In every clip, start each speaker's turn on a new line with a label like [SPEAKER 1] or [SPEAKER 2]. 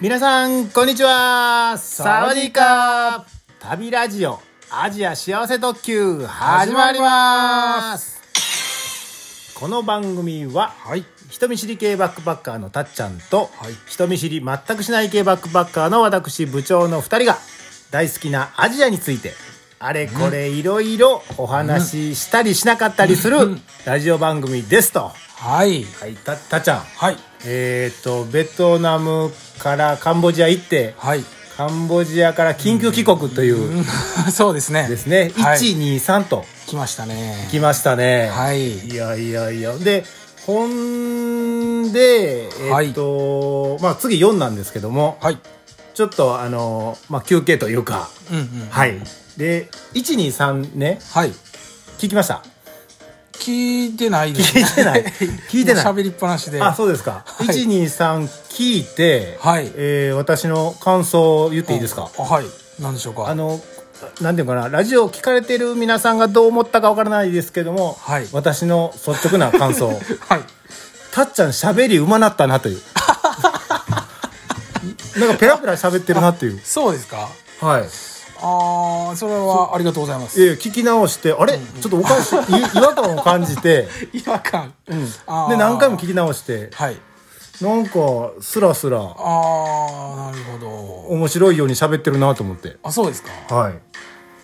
[SPEAKER 1] 皆さんこんにちはサ
[SPEAKER 2] サ
[SPEAKER 1] ワ
[SPEAKER 2] ワ
[SPEAKER 1] デ
[SPEAKER 2] デ
[SPEAKER 1] ィー
[SPEAKER 2] ィー
[SPEAKER 1] カ旅ラジオアジア幸せ特急始まりますこの番組は
[SPEAKER 2] はい
[SPEAKER 1] 人見知り系バックパッカーのたっちゃんと、
[SPEAKER 2] はい
[SPEAKER 1] 人見知り全くしない系バックパッカーの私部長の2人が大好きなアジアについてあれこれいろいろお話ししたりしなかったりするラジオ番組ですと、
[SPEAKER 2] はい
[SPEAKER 1] はい、たたっちゃん
[SPEAKER 2] はい
[SPEAKER 1] えっ、とベトナムからカンボジア行って
[SPEAKER 2] はい
[SPEAKER 1] カンボジアから緊急帰国という
[SPEAKER 2] そうですね
[SPEAKER 1] ですね、
[SPEAKER 2] はい
[SPEAKER 1] 123と
[SPEAKER 2] 来ましたね
[SPEAKER 1] 来ましたね、
[SPEAKER 2] はい
[SPEAKER 1] いやいやいや。で、ほんで、
[SPEAKER 2] は
[SPEAKER 1] え
[SPEAKER 2] い
[SPEAKER 1] っと、まあ次4なんですけども、
[SPEAKER 2] はい
[SPEAKER 1] ちょっとあの、まあ休憩というか、
[SPEAKER 2] うんうん
[SPEAKER 1] はい。で、1、2、3ね、
[SPEAKER 2] はい
[SPEAKER 1] 聞きました。
[SPEAKER 2] 聞いてないです
[SPEAKER 1] 聞いて ない。聞いてない。
[SPEAKER 2] もう喋りっぱなしで
[SPEAKER 1] あ、
[SPEAKER 2] は
[SPEAKER 1] そうですか。
[SPEAKER 2] はい
[SPEAKER 1] 1、2、3聞いて、
[SPEAKER 2] はい
[SPEAKER 1] えー私の感想を言っていいですか。
[SPEAKER 2] あはい何でしょう
[SPEAKER 1] あ
[SPEAKER 2] か
[SPEAKER 1] の、なんていうのかな、ラジオを聞かれてる皆さんがどう思ったかわからないですけども、
[SPEAKER 2] はい
[SPEAKER 1] 私の率直な感 想。
[SPEAKER 2] はい
[SPEAKER 1] たっちゃん喋りうまなったな というなんかペラペラ喋ってるなっていう
[SPEAKER 2] そうですか
[SPEAKER 1] はい
[SPEAKER 2] ああそれはありがとうございます
[SPEAKER 1] え聞き直してあれ、ちょっとおかしいい違和感を感じて、
[SPEAKER 2] 違和感
[SPEAKER 1] うん、で
[SPEAKER 2] あー
[SPEAKER 1] 何回も聞き直して
[SPEAKER 2] はい
[SPEAKER 1] なんかスラスラ
[SPEAKER 2] ああなるほど
[SPEAKER 1] 面白いように喋ってるなと思って
[SPEAKER 2] あそうですか
[SPEAKER 1] はい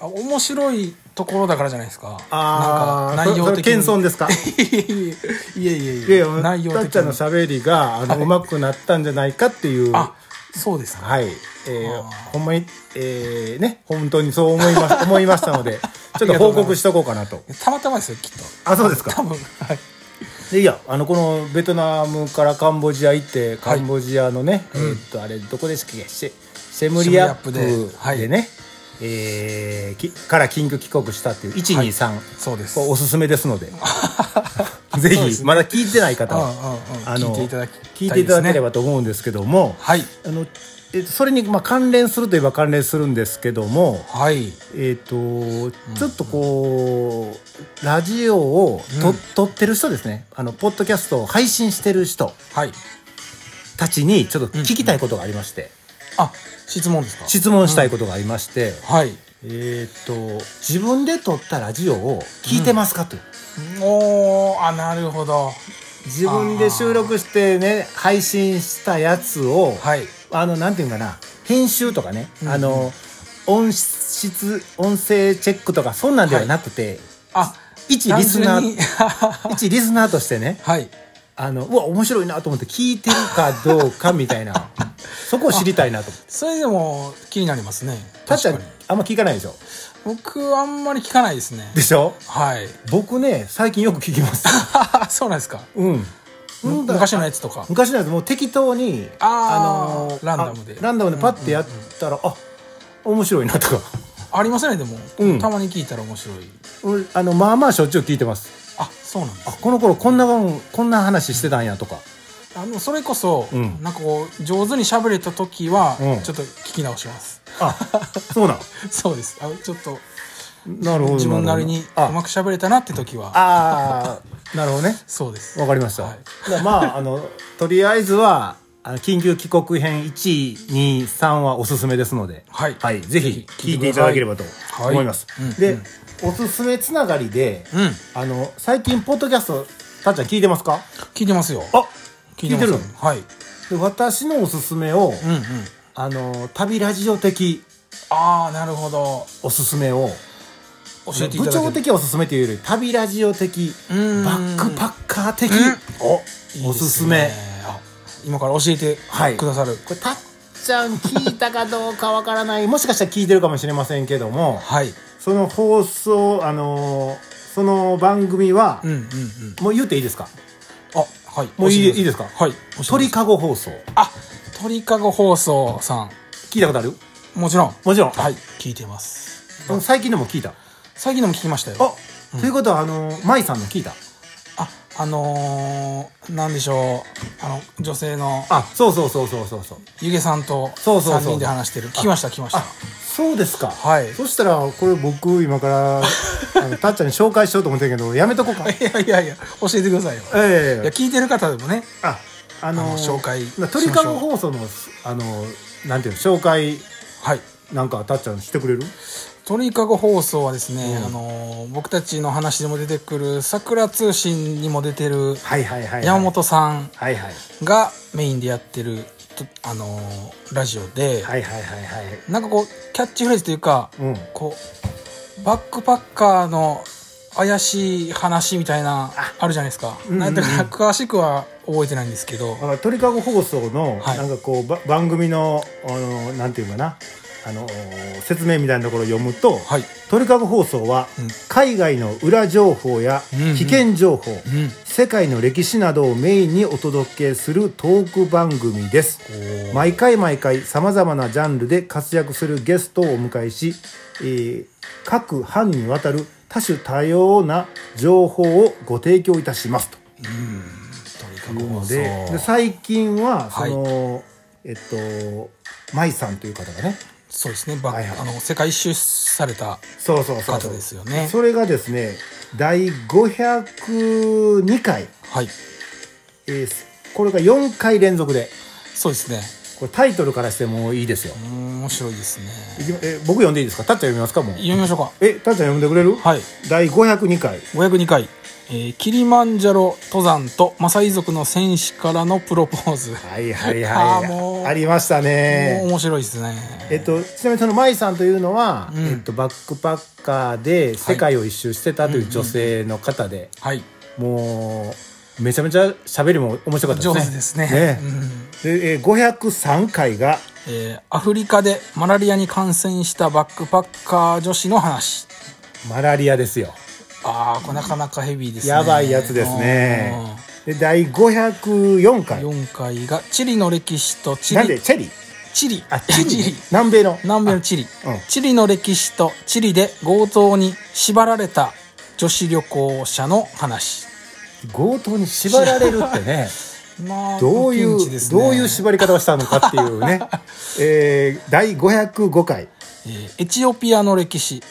[SPEAKER 2] あ面白いところだからじゃないですか
[SPEAKER 1] ああ
[SPEAKER 2] なんか内容的に
[SPEAKER 1] 謙遜ですか
[SPEAKER 2] いえいえいえいえい
[SPEAKER 1] いやい
[SPEAKER 2] え内
[SPEAKER 1] や
[SPEAKER 2] 容
[SPEAKER 1] たっ
[SPEAKER 2] 的
[SPEAKER 1] ちゃんの
[SPEAKER 2] に
[SPEAKER 1] 喋りがあの、うまくなったんじゃないかっていう
[SPEAKER 2] あそうですか
[SPEAKER 1] はい、えー
[SPEAKER 2] あー
[SPEAKER 1] ほんまに、えーね、本当にそう思いま し思いましたので、ちょっと報告しとこうかなと。
[SPEAKER 2] たまたまですよきっと
[SPEAKER 1] あ、そうですか
[SPEAKER 2] 多。分はい
[SPEAKER 1] でいや、あの、このベトナムからカンボジア行って、カ
[SPEAKER 2] はい
[SPEAKER 1] ンボジアのね、えーっと、あれ、どこでしたっけシェシェムリアップ
[SPEAKER 2] シェムリアップではい
[SPEAKER 1] でね、えーきから緊急帰国したっていう、1、
[SPEAKER 2] はい
[SPEAKER 1] 2、3、
[SPEAKER 2] そうです
[SPEAKER 1] これおすすめですの で、ぜ
[SPEAKER 2] そうで
[SPEAKER 1] ひ、
[SPEAKER 2] すね
[SPEAKER 1] まだ聞いてない方は、
[SPEAKER 2] うんうんうん
[SPEAKER 1] あの
[SPEAKER 2] 聞いていただき
[SPEAKER 1] 聞いていただけれ
[SPEAKER 2] ば
[SPEAKER 1] ばと思うんですけども、
[SPEAKER 2] はい
[SPEAKER 1] あのえっとそれにまあ関連するといえば関連するんですけども、
[SPEAKER 2] はい
[SPEAKER 1] えっとちょっとこうラジオをと、撮ってる人ですねあのポッドキャストを配信してる人
[SPEAKER 2] はい
[SPEAKER 1] たちにちょっと聞きたいことがありまして、
[SPEAKER 2] あ質問ですか
[SPEAKER 1] 質問したいことがありまして、
[SPEAKER 2] はい
[SPEAKER 1] えっと自分で撮ったラジオを聞いてますかという、
[SPEAKER 2] おーあなるほど
[SPEAKER 1] 自分で収録してね配信したやつを、
[SPEAKER 2] はい
[SPEAKER 1] あの、なんていうんかな、編集とかね、あの、音質、音声チェックとか、そんなんではなくて、
[SPEAKER 2] あ
[SPEAKER 1] 一リスナ
[SPEAKER 2] 単純に
[SPEAKER 1] ー、一リスナーとしてね、
[SPEAKER 2] はい
[SPEAKER 1] あの、うわ、面白いなと思って聞いてるかどうかみたい な、そこを知りたいなと思って。
[SPEAKER 2] それでも気になりますね
[SPEAKER 1] たっちゃ
[SPEAKER 2] 確か
[SPEAKER 1] ん
[SPEAKER 2] に、
[SPEAKER 1] あんま聞かないでしょ
[SPEAKER 2] 僕あんまり聞かないですね
[SPEAKER 1] でしょ
[SPEAKER 2] はい
[SPEAKER 1] 僕ね、最近よく聞きます。
[SPEAKER 2] そうなんですか
[SPEAKER 1] うん。うんだ
[SPEAKER 2] 昔のやつとか
[SPEAKER 1] 昔のやつもう適当に、
[SPEAKER 2] あー
[SPEAKER 1] ー
[SPEAKER 2] ランダムで
[SPEAKER 1] あランダムでパッてやったら、あ、面白いなとか。
[SPEAKER 2] ありますねでも、
[SPEAKER 1] うん
[SPEAKER 2] たまに聞いたら面白い
[SPEAKER 1] うんあの、まあまあしょっちゅう聞いてます。
[SPEAKER 2] あそうなんです
[SPEAKER 1] あこの頃こんな番こんな話してたんやとか
[SPEAKER 2] あのそれこそ、
[SPEAKER 1] うん
[SPEAKER 2] なんかこう上手に喋れた時は、
[SPEAKER 1] うん
[SPEAKER 2] ちょっと聞き直します
[SPEAKER 1] あそうなん
[SPEAKER 2] そうですあちょっと
[SPEAKER 1] なるほど
[SPEAKER 2] 自分なりにう
[SPEAKER 1] あ
[SPEAKER 2] まく喋れたなって時は
[SPEAKER 1] あーなるほどね
[SPEAKER 2] そうです
[SPEAKER 1] わかりました、
[SPEAKER 2] はい
[SPEAKER 1] じゃあまああのとりあえずはあの緊急帰国編123はおすすめですので
[SPEAKER 2] はい
[SPEAKER 1] ぜひ聞いてい
[SPEAKER 2] くださ
[SPEAKER 1] ただければと
[SPEAKER 2] はい
[SPEAKER 1] 思います、
[SPEAKER 2] うん
[SPEAKER 1] で、おすすめつながりで、
[SPEAKER 2] うん
[SPEAKER 1] あの最近ポッドキャストたっちゃん聞いてますか
[SPEAKER 2] 聞いてますよ
[SPEAKER 1] あ聞いて
[SPEAKER 2] ま
[SPEAKER 1] る
[SPEAKER 2] すはいうん
[SPEAKER 1] で私のおすすめを、
[SPEAKER 2] うん
[SPEAKER 1] あの旅ラジオ的
[SPEAKER 2] ああなるほど
[SPEAKER 1] おすすめを
[SPEAKER 2] 教えてい
[SPEAKER 1] 部
[SPEAKER 2] ただける
[SPEAKER 1] 長的おすすめというより旅ラジオ的バ
[SPEAKER 2] うん
[SPEAKER 1] ックパッカー的
[SPEAKER 2] いいですね
[SPEAKER 1] おおすすめ
[SPEAKER 2] あ今から教えて
[SPEAKER 1] はい
[SPEAKER 2] くださる
[SPEAKER 1] これたっちゃん聞いたかどうかわからないもしかしたら聞いてるかもしれませんけども
[SPEAKER 2] はい、
[SPEAKER 1] その放送あのーその番組は
[SPEAKER 2] うん、うんうん
[SPEAKER 1] もう言っていいですか
[SPEAKER 2] あはい
[SPEAKER 1] もういい
[SPEAKER 2] 教えて
[SPEAKER 1] いいですか
[SPEAKER 2] はい
[SPEAKER 1] 鳥
[SPEAKER 2] か
[SPEAKER 1] かご放送
[SPEAKER 2] あ鳥かご放送さ
[SPEAKER 1] 聞いたことある
[SPEAKER 2] んもちろん
[SPEAKER 1] もちろん、
[SPEAKER 2] はい聞いてます
[SPEAKER 1] 最近のも聞いた
[SPEAKER 2] 最近のも聞きましたよ
[SPEAKER 1] あ、ということはあのー舞さんの聞いた
[SPEAKER 2] ああのー、なんでしょうあの女性の
[SPEAKER 1] あそうそうそうそうそうそう
[SPEAKER 2] ゆげさんと
[SPEAKER 1] そうそうそう
[SPEAKER 2] 3人で話してる聞きました聞きました
[SPEAKER 1] あそうですか
[SPEAKER 2] はい
[SPEAKER 1] そしたらこれ僕今から あのたっちゃんに紹介しようと思ってるけどやめとこうか
[SPEAKER 2] いやいやいや教えてくださいよ
[SPEAKER 1] え
[SPEAKER 2] い
[SPEAKER 1] え
[SPEAKER 2] や聞いてる方でもね
[SPEAKER 1] ああの
[SPEAKER 2] あの紹介しましょう
[SPEAKER 1] 鳥かご放送のあのなんていうの紹介
[SPEAKER 2] はい
[SPEAKER 1] なんかたっちゃんしてくれる
[SPEAKER 2] 鳥かご放送はですね、あの僕たちの話でも出てくる桜通信にも出てる
[SPEAKER 1] はいはいはいはい
[SPEAKER 2] 山本さん
[SPEAKER 1] はいはい
[SPEAKER 2] がメインでやってるとあのラジオで、
[SPEAKER 1] はいはいはいはい
[SPEAKER 2] なんかこうキャッチフレーズというか、
[SPEAKER 1] うん
[SPEAKER 2] こうバックパッカーの怪しい話みたいな
[SPEAKER 1] あ
[SPEAKER 2] あるじゃないですか、
[SPEAKER 1] うんうん
[SPEAKER 2] なんだから詳しくは覚えてないんですけど、
[SPEAKER 1] だから鳥かご放送の、
[SPEAKER 2] はい
[SPEAKER 1] なんかこうば番組のあのなんていうかなあの説明みたいなところを読むと、
[SPEAKER 2] はい、
[SPEAKER 1] 鳥かご放送は、
[SPEAKER 2] うん
[SPEAKER 1] 海外の裏情報や
[SPEAKER 2] うんうん
[SPEAKER 1] 危険情報、
[SPEAKER 2] ん
[SPEAKER 1] 世界の歴史などをメインにお届けするトーク番組です
[SPEAKER 2] ー
[SPEAKER 1] 毎回毎回さまざまなジャンルで活躍するゲストをお迎えし、えー各班にわたる多種多様な情報をご提供いたしますと
[SPEAKER 2] 鳥
[SPEAKER 1] い
[SPEAKER 2] か
[SPEAKER 1] う
[SPEAKER 2] ご放
[SPEAKER 1] の
[SPEAKER 2] 送
[SPEAKER 1] でで最近はそ
[SPEAKER 2] はい
[SPEAKER 1] の、えっと舞さんという方がね
[SPEAKER 2] そうですね、ば
[SPEAKER 1] はいはい
[SPEAKER 2] あの世界一周された
[SPEAKER 1] そうそうそう
[SPEAKER 2] 方
[SPEAKER 1] そう
[SPEAKER 2] ですよね
[SPEAKER 1] それがですね第502回、
[SPEAKER 2] はい
[SPEAKER 1] えーこれが4回連続で
[SPEAKER 2] そうですね
[SPEAKER 1] これタイトルからしてもいいですよ、
[SPEAKER 2] うーん面白いですね
[SPEAKER 1] いきまえ僕読んでいいですかたっちゃん読みますかもう
[SPEAKER 2] 読みましょうか
[SPEAKER 1] えたっちゃん読んでくれる、
[SPEAKER 2] はい
[SPEAKER 1] 第502回
[SPEAKER 2] 502回、えーキリマンジャロ登山とマサイ族の戦士からのプロポーズ」
[SPEAKER 1] はいはい
[SPEAKER 2] あ
[SPEAKER 1] はい
[SPEAKER 2] ーもう
[SPEAKER 1] ありました
[SPEAKER 2] もう
[SPEAKER 1] ね
[SPEAKER 2] 面白いですね
[SPEAKER 1] えっと、ちなみにその舞さんというのは、
[SPEAKER 2] うん
[SPEAKER 1] えっと、バックパッカーで世界を一周してたという女性の方で、
[SPEAKER 2] はい
[SPEAKER 1] もうめちゃめちゃ喋りも面白かったですね
[SPEAKER 2] 上手ですねうん
[SPEAKER 1] でえー503回が
[SPEAKER 2] えーアフリカでマラリアに感染したバックパッカー女子の話
[SPEAKER 1] マラリアですよ
[SPEAKER 2] ああこれなかなかヘビーですね
[SPEAKER 1] やばいやつですねで第504
[SPEAKER 2] うん
[SPEAKER 1] 回
[SPEAKER 2] 4回がチリの歴史とチ
[SPEAKER 1] なんで
[SPEAKER 2] リ
[SPEAKER 1] チェリー
[SPEAKER 2] チリ
[SPEAKER 1] あチリ,、
[SPEAKER 2] チリ
[SPEAKER 1] 南米の
[SPEAKER 2] 南米のチリ、
[SPEAKER 1] うん
[SPEAKER 2] チリの歴史とチリで強盗に縛られた女子旅行者の話
[SPEAKER 1] 強盗に縛られるってね
[SPEAKER 2] まあ
[SPEAKER 1] どうい
[SPEAKER 2] ピ
[SPEAKER 1] う、
[SPEAKER 2] ンチですね
[SPEAKER 1] どういう縛り方をしたのかっていう ね、えー、第505回
[SPEAKER 2] えーエチオピアの歴史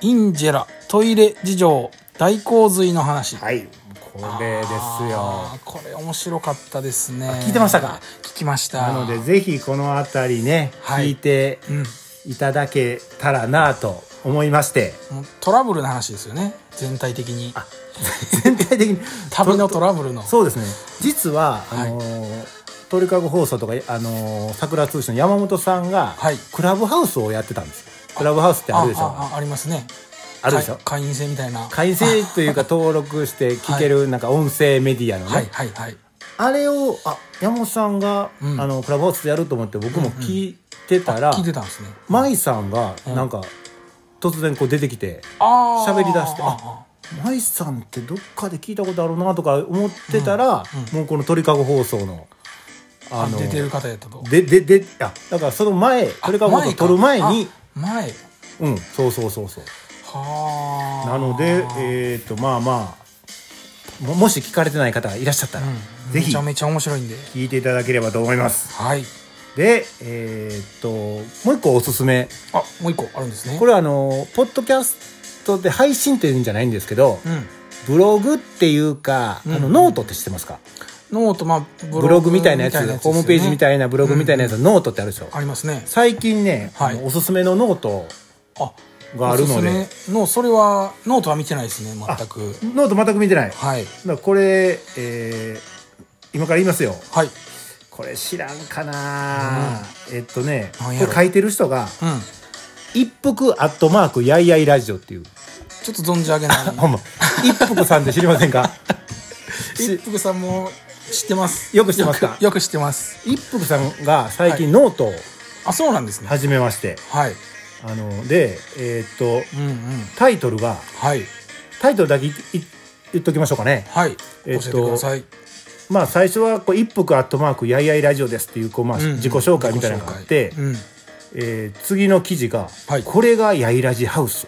[SPEAKER 2] インジェラトイレ事情大洪水の話、
[SPEAKER 1] はいこれです
[SPEAKER 2] あ
[SPEAKER 1] よ
[SPEAKER 2] ーこれ面白かったですね
[SPEAKER 1] 聞いてましたか
[SPEAKER 2] 聞きました
[SPEAKER 1] なのでぜひこの辺りね、
[SPEAKER 2] はい
[SPEAKER 1] 聞いて
[SPEAKER 2] うん
[SPEAKER 1] いただけたらなと思いまして
[SPEAKER 2] もうトラブルの話ですよね全体的に
[SPEAKER 1] あ 全体的に
[SPEAKER 2] 旅のトラブルの
[SPEAKER 1] そうですね実は、
[SPEAKER 2] はい
[SPEAKER 1] あのー鳥かご放送とか、あのー桜通信の山本さんが、
[SPEAKER 2] はい
[SPEAKER 1] クラブハウスをやってたんですよクラブハウスってあるでしょ
[SPEAKER 2] あああありますね
[SPEAKER 1] あるでしょ
[SPEAKER 2] か会員制みたいな
[SPEAKER 1] 会員制というか登録して聞けるなんか音声メディアのね、
[SPEAKER 2] はいはいはい
[SPEAKER 1] あれをあ山本さんが、
[SPEAKER 2] うん
[SPEAKER 1] あのクラブハウスでやると思って僕も聞いてたら、
[SPEAKER 2] 聞いてたんですね
[SPEAKER 1] 舞さんが
[SPEAKER 2] うん
[SPEAKER 1] なんか、突然こう出てきて
[SPEAKER 2] あー
[SPEAKER 1] 喋り出してあ
[SPEAKER 2] あ
[SPEAKER 1] 舞さんってどっかで聞いたことあるなとか思ってたら、もうこの鳥かご放送の
[SPEAKER 2] あ出てる方やったと
[SPEAKER 1] ででであだからその前
[SPEAKER 2] あ
[SPEAKER 1] 鳥かご放送撮る前に
[SPEAKER 2] あ前
[SPEAKER 1] うんそうそうそうそう
[SPEAKER 2] はあ
[SPEAKER 1] なのでえっ、とまあまあももし聞かれてない方がいらっしゃったら、
[SPEAKER 2] うん
[SPEAKER 1] ぜ
[SPEAKER 2] め
[SPEAKER 1] ひ
[SPEAKER 2] ちゃめちゃ面白いんで
[SPEAKER 1] 聞いていただければと思います
[SPEAKER 2] はい
[SPEAKER 1] でえっ、ともう一個おすすめ
[SPEAKER 2] あもう一個あるんですね
[SPEAKER 1] これはあのポッドキャストで配信っていうんじゃないんですけど、
[SPEAKER 2] うん
[SPEAKER 1] ブログっていうか、あのノートって知ってますか、
[SPEAKER 2] ノートまあ
[SPEAKER 1] ブログみたいなやつ
[SPEAKER 2] です
[SPEAKER 1] ホ
[SPEAKER 2] よ
[SPEAKER 1] ー
[SPEAKER 2] ね
[SPEAKER 1] ムページみたいなブログみたいなやつ、ノートってあるでしょ
[SPEAKER 2] ありますね
[SPEAKER 1] 最近ね、
[SPEAKER 2] はい
[SPEAKER 1] あのおすすめのノート
[SPEAKER 2] あ
[SPEAKER 1] があるので
[SPEAKER 2] おすすめのそれはノートは見てないですね全く
[SPEAKER 1] ノート全く見てないだか
[SPEAKER 2] はい
[SPEAKER 1] らこれ、えー今から言いますよ
[SPEAKER 2] はい
[SPEAKER 1] これ知らんかな、えっとねこ
[SPEAKER 2] なんや
[SPEAKER 1] れ
[SPEAKER 2] ろ
[SPEAKER 1] 書いてる人が
[SPEAKER 2] うん
[SPEAKER 1] 「一服アットマークやいやいラジオ」っていう
[SPEAKER 2] ちょっと存じ上げない
[SPEAKER 1] ほんま一服さんで知りませんか
[SPEAKER 2] 一服さんも知ってます
[SPEAKER 1] よく知ってますか
[SPEAKER 2] よくよく知ってます
[SPEAKER 1] 一服さんが最近ノートを
[SPEAKER 2] あそうなんですね
[SPEAKER 1] 始めまして、
[SPEAKER 2] はい
[SPEAKER 1] あのでえーっと
[SPEAKER 2] うんうん
[SPEAKER 1] タイトルが
[SPEAKER 2] はい
[SPEAKER 1] タイトルだけいい言っときましょうかね
[SPEAKER 2] はい
[SPEAKER 1] えっと
[SPEAKER 2] 教えてください
[SPEAKER 1] まあ最初はこう「一服アットマークやいやいラジオです」っていうこう、まあ、
[SPEAKER 2] うん
[SPEAKER 1] 自己紹介みたいなのがあって、
[SPEAKER 2] 自己紹介うん
[SPEAKER 1] えー次の記事が、
[SPEAKER 2] はい
[SPEAKER 1] これがやいラジハウス」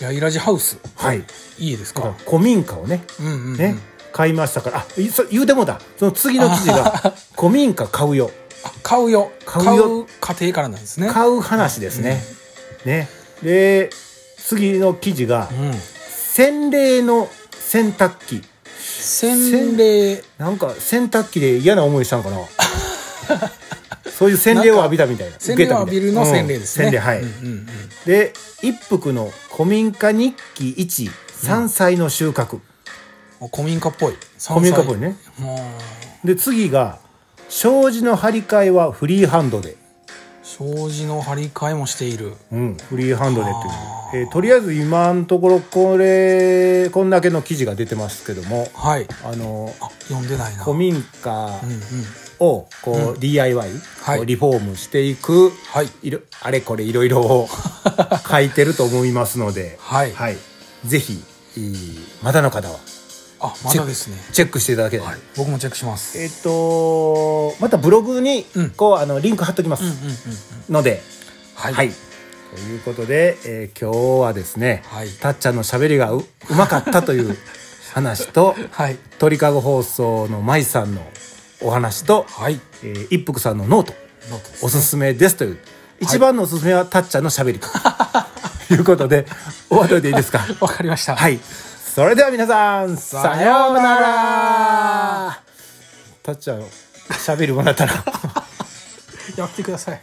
[SPEAKER 2] ヤイラジハウス
[SPEAKER 1] はい
[SPEAKER 2] いいです
[SPEAKER 1] だから
[SPEAKER 2] か
[SPEAKER 1] 古民家をね
[SPEAKER 2] うんうんうん
[SPEAKER 1] ね、買いましたからあいそ言うてもだその次の記事が「古民家買うよ
[SPEAKER 2] あ買うよ
[SPEAKER 1] 買うよ
[SPEAKER 2] 買う家庭からなんですね
[SPEAKER 1] 買う話ですね」ねで次の記事が
[SPEAKER 2] う
[SPEAKER 1] 「
[SPEAKER 2] ん
[SPEAKER 1] 洗礼の洗濯機
[SPEAKER 2] せんべい
[SPEAKER 1] なんか洗濯機で嫌な思いしたんか なそういう洗礼を浴びたみたいな
[SPEAKER 2] 洗礼を浴びるの
[SPEAKER 1] 受けた
[SPEAKER 2] 洗
[SPEAKER 1] みた
[SPEAKER 2] 礼
[SPEAKER 1] いな
[SPEAKER 2] ですね、
[SPEAKER 1] うん洗礼はい、
[SPEAKER 2] うんうん
[SPEAKER 1] で一服の古民家日記1山菜の収穫、
[SPEAKER 2] うん、古民家っぽい
[SPEAKER 1] 古民家っぽいね
[SPEAKER 2] もう
[SPEAKER 1] で次が障子の張り替えはフリーハンドで、
[SPEAKER 2] 障子の張り替えもしている
[SPEAKER 1] うん、フリーハンドでって
[SPEAKER 2] あ
[SPEAKER 1] いう、えーとりあえず今のところこれこんだけの記事が出てますけども
[SPEAKER 2] はい
[SPEAKER 1] あの
[SPEAKER 2] あ読んでないな
[SPEAKER 1] 古民家
[SPEAKER 2] うんうん
[SPEAKER 1] をこう、DIY、
[SPEAKER 2] はい
[SPEAKER 1] こうリフォームしていく、
[SPEAKER 2] はい
[SPEAKER 1] いろあれこれいろいろ を書いてると思いますので、
[SPEAKER 2] はい
[SPEAKER 1] はい、ぜひえーまだの方は
[SPEAKER 2] あまだですね
[SPEAKER 1] チェックしていただけたら、
[SPEAKER 2] 僕もチェックします
[SPEAKER 1] えっ、とまたブログに
[SPEAKER 2] うん
[SPEAKER 1] こう、あのリンク貼っときま
[SPEAKER 2] うんうんうん
[SPEAKER 1] す
[SPEAKER 2] うん
[SPEAKER 1] ので、
[SPEAKER 2] はい
[SPEAKER 1] はいということで、えー今日はですね、
[SPEAKER 2] はい
[SPEAKER 1] たっちゃんのしゃべりがううまかったと いう話と
[SPEAKER 2] はい
[SPEAKER 1] 鳥かご放送の舞さんのお話と、
[SPEAKER 2] はい
[SPEAKER 1] えー一服さんのノート
[SPEAKER 2] ノートです
[SPEAKER 1] おすすめですという、一番のおすすめはたっちゃんのしゃべりということで終わっといていいですか
[SPEAKER 2] わかりまし た
[SPEAKER 1] はいそれでは皆さんさようならたっちゃんしゃべるもらったら
[SPEAKER 2] やめてください